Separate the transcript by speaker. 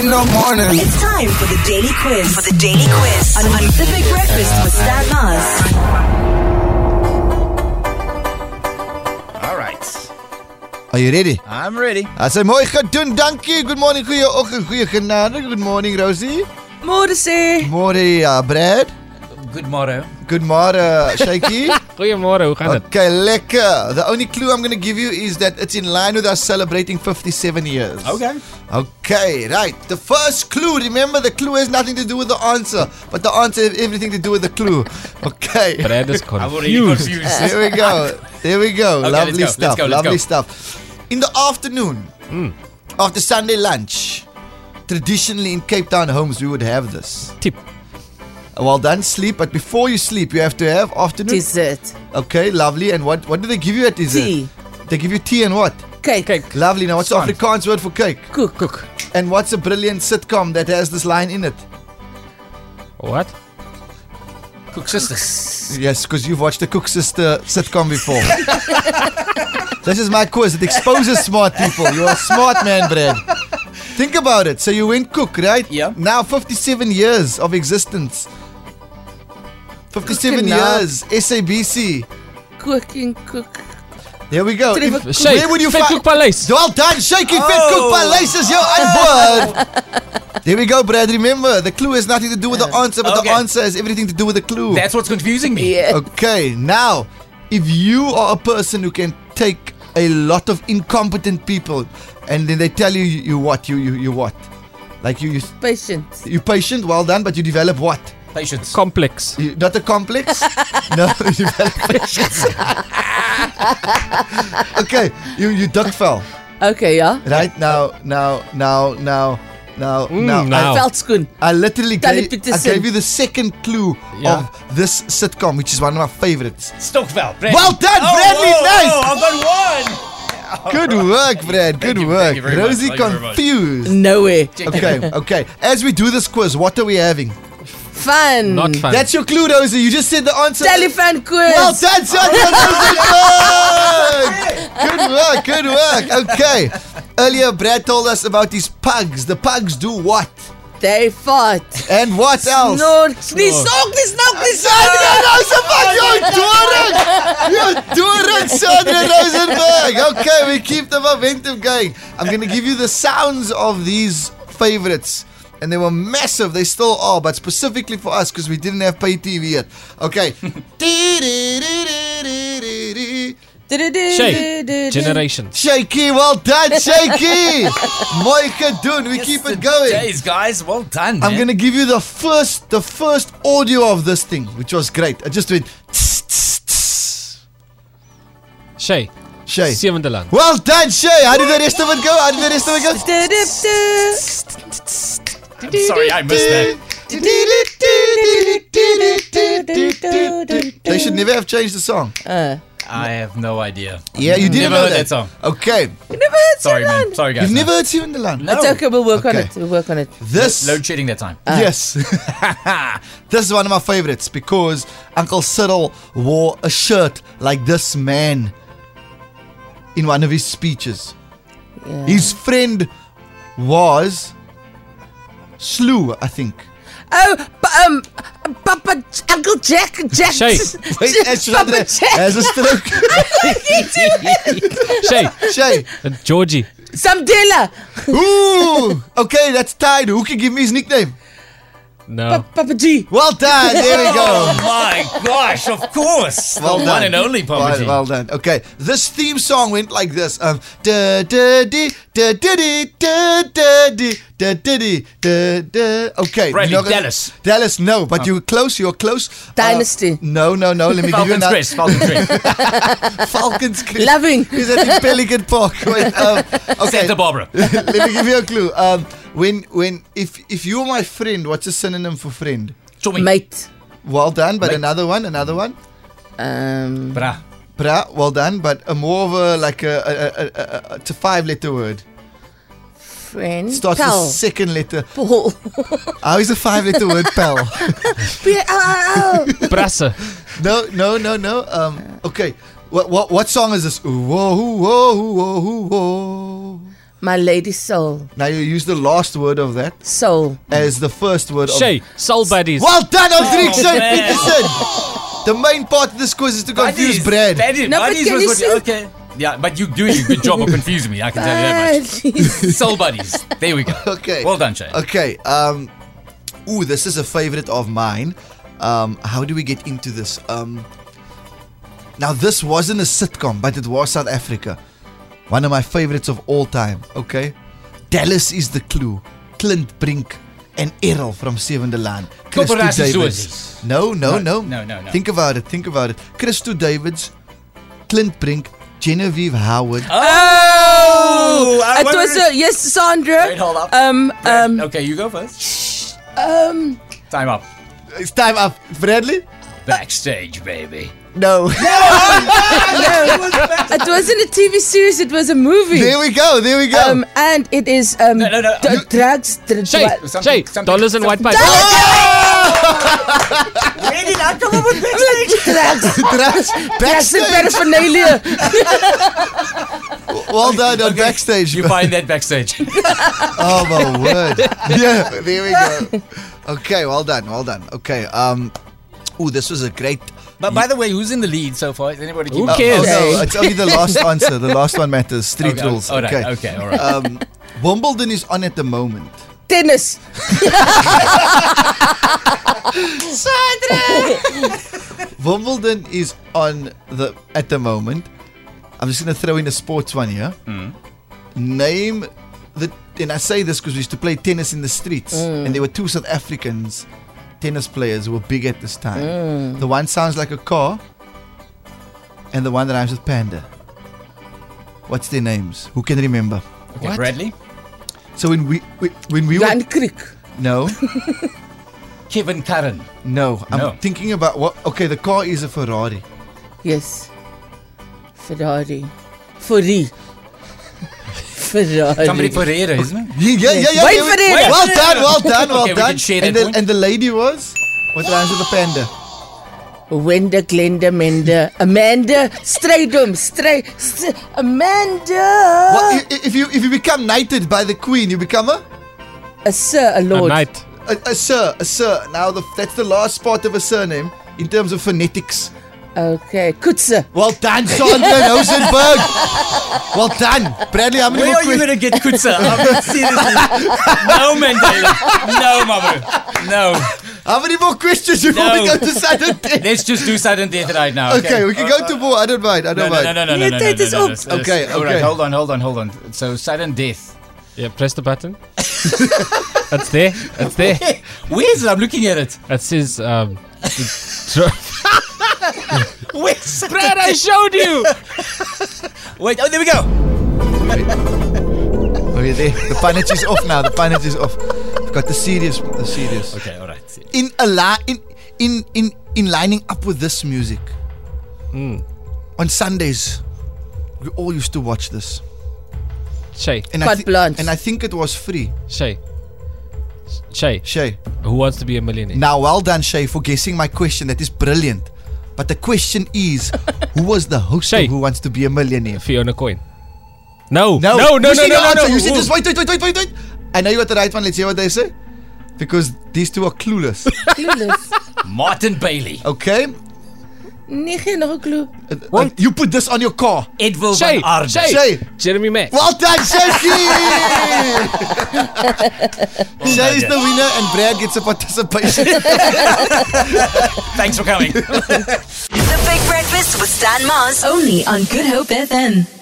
Speaker 1: in the morning.
Speaker 2: It's time for the daily quiz. For the daily quiz on Pacific Breakfast with Stan Mars.
Speaker 3: All right.
Speaker 1: Are you ready?
Speaker 3: I'm ready.
Speaker 1: As hy mooi gedoen, dankie. Good morning, goeie oggend, goeie genade. Good morning, Rosie.
Speaker 4: Môre sê.
Speaker 1: Môre, uh, Brad.
Speaker 3: Good motto.
Speaker 1: Good morning, Shaky.
Speaker 5: Goeiemôre, hoe gaan dit?
Speaker 1: okay, lekker. The only clue I'm going to give you is that it's in line with us celebrating 57 years. Okay, right. The first clue, remember the clue has nothing to do with the answer, but the answer has everything to do with the clue. Okay.
Speaker 5: Brad is
Speaker 3: I'm already confused.
Speaker 5: confused.
Speaker 1: There we go. There we go.
Speaker 3: Okay,
Speaker 1: Lovely
Speaker 3: let's go,
Speaker 1: stuff.
Speaker 3: let's go, let's
Speaker 1: Lovely
Speaker 3: go.
Speaker 1: stuff. In the afternoon, after Sunday lunch, traditionally in Cape Town homes, we would have this.
Speaker 5: Tip.
Speaker 1: Well done, sleep. But before you sleep, you have to have afternoon.
Speaker 4: Dessert.
Speaker 1: Okay, lovely. And what, what do they give you at dessert?
Speaker 4: Tea.
Speaker 1: They give you tea and what?
Speaker 4: Kyk.
Speaker 5: Kyk,
Speaker 1: Lovely. Now, what's the
Speaker 5: Swans.
Speaker 1: Afrikaans word for cake?
Speaker 4: Koek.
Speaker 5: koek.
Speaker 1: And what's a brilliant sitcom that has this line in it?
Speaker 5: What?
Speaker 3: Cook sisters.
Speaker 1: Yes, because you've watched the Cook Sister sitcom before. this is my quiz. It exposes smart people. You're a smart man, Brad. Think about it. So you went cook, right?
Speaker 3: Yeah.
Speaker 1: Now 57 years of existence. 57
Speaker 4: Cooking up.
Speaker 1: years. SABC.
Speaker 4: Koek en koek.
Speaker 1: There we go.
Speaker 4: Trevor
Speaker 1: If-
Speaker 5: Shake.
Speaker 1: where would you
Speaker 5: Vet
Speaker 1: fi-
Speaker 5: Cook Paleis.
Speaker 1: Well done, shaking Fit Cook Palace is your on board. there we go, Brad. Remember, the clue has nothing to do with the answer, but
Speaker 3: Okay.
Speaker 1: the answer has everything to do with the clue.
Speaker 3: That's what's confusing me.
Speaker 1: Oh.
Speaker 4: Yeah.
Speaker 1: Okay, now, if you are a person who can take a lot of incompetent people and then they tell you, you, you what, you, you, you what? Like you, you,
Speaker 4: Patient.
Speaker 1: you patient, well done, but you develop what?
Speaker 3: Patience.
Speaker 5: Complex.
Speaker 1: You, not a complex? no, you develop patience. okay, you, you duck fell.
Speaker 4: Okay, ja.
Speaker 1: Right now, now, now, now, now,
Speaker 5: Mm,
Speaker 1: now.
Speaker 5: now.
Speaker 1: I,
Speaker 5: Ow.
Speaker 4: Veldskoen.
Speaker 1: I literally
Speaker 4: Tell
Speaker 1: gave,
Speaker 4: it to
Speaker 1: I
Speaker 4: Sim.
Speaker 1: gave you the second clue
Speaker 5: Yeah.
Speaker 1: of this sitcom, which is one of my favorites.
Speaker 3: Stockveld. Brad.
Speaker 1: Well done, Bradley, nice.
Speaker 3: I've got one.
Speaker 1: Good work, Brad. Good
Speaker 3: Thank you,
Speaker 1: work.
Speaker 3: thank you very much,
Speaker 1: Rosie
Speaker 3: thank you very much.
Speaker 1: confused.
Speaker 4: No way.
Speaker 1: Okay, okay. As we do this quiz, what are we having?
Speaker 4: Fun.
Speaker 5: Not
Speaker 3: Um,
Speaker 5: fun.
Speaker 1: That's your clue, Rosie. You just said the answer.
Speaker 4: Telephone quiz.
Speaker 1: Well done, son. Good work. Good work. Okay. Earlier, Brad told us about these pugs. The pugs do what?
Speaker 4: They fought.
Speaker 1: And what else?
Speaker 4: Snort. Nie sok, nie snok, nie sok.
Speaker 1: Rosenberg, you're doing it! You're doing it, Sandra Rosenberg! Okay, we keep the momentum going. I'm going to give you the sounds of these favorites. And they were massive, they still are, but specifically for us because we didn't have pay TV yet. Okay.
Speaker 5: Shake. Generation.
Speaker 1: Shaky, well done, Shaky! Mooi gedoen, we keep it going.
Speaker 3: Days, guys. Well done.
Speaker 1: I'm
Speaker 3: man.
Speaker 1: gonna give you the first the first audio of this thing, which was great. I just went tss, tss, tss.
Speaker 5: Shay.
Speaker 1: Shay.
Speaker 5: Sewende land.
Speaker 1: Well done, Shay! How did the rest of it go? How did the rest of it go?
Speaker 3: I'm sorry, I missed that.
Speaker 1: They should never have changed the song.
Speaker 3: I have no idea.
Speaker 1: Yeah, you didn't
Speaker 3: Never
Speaker 1: know
Speaker 3: heard
Speaker 1: that.
Speaker 3: that song.
Speaker 1: Okay.
Speaker 3: Sorry, man. Sorry, guys.
Speaker 1: You've
Speaker 3: No.
Speaker 1: never heard Sue in the Land.
Speaker 3: No.
Speaker 4: It's okay, we'll work on
Speaker 1: Okay.
Speaker 4: it. We'll work on it.
Speaker 1: This
Speaker 3: Load shedding that time.
Speaker 1: Yes. this is one of my favorites because Uncle Cyril wore a shirt like this man in one of his speeches.
Speaker 4: Yeah.
Speaker 1: His friend was slew, I think.
Speaker 4: Oh, but, um, Papa, Uncle Jack, Jack,
Speaker 5: Shay.
Speaker 4: Papa Jack,
Speaker 1: has a stroke.
Speaker 5: Shay.
Speaker 1: Shay.
Speaker 5: Uh, Georgie.
Speaker 4: some dealer,
Speaker 1: Ooh. Okay, that's tied. Who can give me his nickname?
Speaker 5: No.
Speaker 4: Pa- Papa G.
Speaker 1: Well done. There we go.
Speaker 3: Oh my gosh, of course.
Speaker 1: Well
Speaker 3: the
Speaker 1: done.
Speaker 3: one and only Papa
Speaker 1: Well,
Speaker 3: G.
Speaker 1: well done. Okay, this theme song went like this: um, da da dee, da da dee, da da dee, da da dee, da da. Okay,
Speaker 3: Bradley,
Speaker 1: you're not gonna-
Speaker 3: Dallas. Oh.
Speaker 1: Dallas, no, but you're close. You're close. Uh,
Speaker 4: Dynasty.
Speaker 1: no, no, no. Let me give you
Speaker 3: Falcon's
Speaker 1: another.
Speaker 3: Crest, Falcon's Crest.
Speaker 1: Falcons Crest.
Speaker 4: Loving.
Speaker 1: Is that in Pelican Park? Wait, um, okay.
Speaker 3: Santa Barbara.
Speaker 1: Let me give you a clue. Um, when when if if you're my friend, what's a synonym for friend?
Speaker 3: Show me.
Speaker 4: mate.
Speaker 1: Well done, but
Speaker 3: Mate.
Speaker 1: another one, another one.
Speaker 4: Um,
Speaker 3: Bra.
Speaker 1: Bra, well done, but a more of a like a, a, a, a, a, it's a five letter word.
Speaker 4: friend.
Speaker 1: Starts with
Speaker 4: Pal.
Speaker 1: second letter.
Speaker 4: Paul.
Speaker 1: How is a five letter word pal?
Speaker 4: P- L- L- L.
Speaker 5: Brasse.
Speaker 1: No, no, no, no. Um, okay. What what what song is this? Ooh, whoa, whoa, whoa, whoa, whoa.
Speaker 4: my lady soul.
Speaker 1: Now you use the last word of that
Speaker 4: Soul.
Speaker 1: as the first word
Speaker 5: Shay,
Speaker 1: of.
Speaker 5: soul buddies.
Speaker 1: Well done, Aldrichsen
Speaker 3: man.
Speaker 1: Peterson! The main part of this quiz is to confuse Brad.
Speaker 3: Baddies,
Speaker 4: No, but
Speaker 3: baddies
Speaker 4: can
Speaker 3: was
Speaker 4: you
Speaker 3: what
Speaker 4: see-
Speaker 3: okay. Yeah, but you doing a good job of confusing me. I can tell you that much.
Speaker 4: Buddies.
Speaker 3: Soul buddies. There we go.
Speaker 1: Okay.
Speaker 3: Well done, Shay.
Speaker 1: Okay. Um, ooh, this is a favorite of mine. Um, how do we get into this? Um, now, this wasn't a sitcom, but it was South Africa. One of my favorites of all time. Okay. Dallas is the clue. Clint Brink and Errol from Sevende Laan. Christo
Speaker 3: Paparazzi
Speaker 1: Davids.
Speaker 3: Suicides.
Speaker 1: No, no, no.
Speaker 3: No, no, no, no.
Speaker 1: Think about it. Think about it. Christo Davids, Clint Brink, Genevieve Howard.
Speaker 3: Ah. Oh, I
Speaker 4: it was
Speaker 3: wondered-
Speaker 4: a, yes, Sandra.
Speaker 3: Wait, hold up.
Speaker 4: Um, um,
Speaker 3: okay, you go first.
Speaker 4: um,
Speaker 3: Time up.
Speaker 1: It's time up. Bradley?
Speaker 3: Backstage, baby.
Speaker 1: No.
Speaker 4: it wasn't a TV series, it was a movie.
Speaker 1: there we go. There we go.
Speaker 4: um, and it is um,
Speaker 3: No, no, no.
Speaker 4: dr-
Speaker 3: You-
Speaker 4: drugs. Dr-
Speaker 5: Shay,
Speaker 4: dr-
Speaker 3: Something-
Speaker 5: Shay,
Speaker 3: something-
Speaker 5: dollars and white pipe.
Speaker 3: Where did I come up with
Speaker 4: drugs.
Speaker 1: Drugs,
Speaker 4: Drugs and
Speaker 1: backstage.
Speaker 4: paraphernalia.
Speaker 1: Well done on backstage.
Speaker 3: You find that backstage.
Speaker 1: oh my word. Yeah, there we go. Okay, well done, well done. Okay, um, ooh, this was a great.
Speaker 3: but by the way, who's in the lead so far? Is anybody keep
Speaker 5: Who
Speaker 4: Uh,
Speaker 3: up?
Speaker 5: cares?
Speaker 1: Oh, no, it's only the last answer. The last one matters. Street
Speaker 3: Okay,
Speaker 1: rules.
Speaker 3: all right,
Speaker 1: okay.
Speaker 3: okay, all right.
Speaker 1: Um, Wimbledon is on at the moment.
Speaker 4: Tennis.
Speaker 1: Wimbledon is on the at the moment. I'm just gonna throw in a sports one here. Name the and I say this because we used to play tennis in the streets, and there were two South Africans tennis players who were big at this time. The one sounds like a car, and the one that rhymes with panda. What's their names? Who can remember?
Speaker 3: Okay,
Speaker 5: What?
Speaker 3: Bradley.
Speaker 1: So when we, we when we
Speaker 4: Jan
Speaker 1: were
Speaker 4: Creek.
Speaker 1: no
Speaker 3: Kevin Curran.
Speaker 1: no I'm
Speaker 3: No.
Speaker 1: thinking about what okay the car is a Ferrari.
Speaker 4: Yes. Ferrari. Ferrari. Ferrari.
Speaker 3: Somebody Pereira, isn't it?
Speaker 1: Yeah, yeah, yeah. yeah,
Speaker 4: Wait
Speaker 1: yeah,
Speaker 4: for
Speaker 1: we-
Speaker 4: it. Wait
Speaker 1: Well
Speaker 3: for it.
Speaker 1: done, well done, well
Speaker 3: Okay, we
Speaker 1: done.
Speaker 3: can share
Speaker 1: and,
Speaker 3: that
Speaker 1: the,
Speaker 3: point.
Speaker 1: and the lady was? What rhymes with the panda?
Speaker 4: Wenda, Glenda, Menda, Amanda, Stradum, Stray, St- Amanda.
Speaker 1: What, i- i- if you if you become knighted by the queen, you become a
Speaker 4: A sir, a
Speaker 5: A
Speaker 4: lord.
Speaker 5: night.
Speaker 1: a, a sir, a sir. Now the, that's the last part of a surname in terms of phonetics.
Speaker 4: Okay, Kutse.
Speaker 1: Well done, Sandra Rosenberg. well done, Bradley. How many
Speaker 3: Where
Speaker 1: more
Speaker 3: are you
Speaker 1: questions?
Speaker 3: going to get Kutsa? I'm seriously. No, Mandela. No, Mamu. No.
Speaker 1: How many more questions before we go
Speaker 3: No.
Speaker 1: to sudden death?
Speaker 3: Let's just do sudden death right now.
Speaker 1: Okay, we can go to more. I don't mind. I
Speaker 3: No,
Speaker 1: don't
Speaker 3: no,
Speaker 1: mind.
Speaker 3: no, no, no, no,
Speaker 4: You
Speaker 3: no, no,
Speaker 4: take
Speaker 3: no,
Speaker 4: this
Speaker 3: no,
Speaker 4: off.
Speaker 3: no, no.
Speaker 1: Okay,
Speaker 3: All right,
Speaker 1: okay.
Speaker 3: hold on, hold on, hold on. So sudden death.
Speaker 5: Yeah, press the button. it's there. It's there.
Speaker 3: Where is it? I'm looking at it.
Speaker 5: It says. Um, the tr-
Speaker 3: Where's
Speaker 5: Brad, I showed you.
Speaker 3: Wait, oh, there we go.
Speaker 1: Okay, there. The punnage is off now. The punnage is off. I've got the serious. The serious.
Speaker 3: Okay, all right.
Speaker 1: in a li- in in in in lining up with this music.
Speaker 5: Hmm.
Speaker 1: On Sundays, we all used to watch this,
Speaker 5: Shay,
Speaker 1: and I
Speaker 4: Pot
Speaker 1: thi-
Speaker 4: plants.
Speaker 1: and I think it was free.
Speaker 5: Shay, Shay.
Speaker 1: Shay,
Speaker 5: Who wants to be a millionaire?
Speaker 1: now well done, Shay, for guessing my question. That is brilliant. But the question is, who was the host
Speaker 5: Shay.
Speaker 1: of Who Wants to Be a Millionaire?
Speaker 5: Fiona Coin. No.
Speaker 1: No,
Speaker 5: No.
Speaker 1: you
Speaker 5: No. No.
Speaker 1: see the
Speaker 5: No. No.
Speaker 1: answer. You see
Speaker 5: Ooh.
Speaker 1: this? Wait, wait, wait, wait, wait, wait. I know you got the right one. Let's hear what they say, because these two are clueless.
Speaker 4: Clueless.
Speaker 3: Martin Bailey.
Speaker 1: okay,
Speaker 4: Nee, geen nog een clue.
Speaker 1: Uh, uh, you put this on your car.
Speaker 3: Edwin
Speaker 5: Shay.
Speaker 3: van Arden.
Speaker 5: Shay.
Speaker 1: Shay.
Speaker 5: Jeremy Mack.
Speaker 1: Well done, Shaky! Shay is the winner and Brad gets a participation.
Speaker 3: Thanks for coming.
Speaker 2: The Big Breakfast with Stan Mars. Only on Good Hope FM.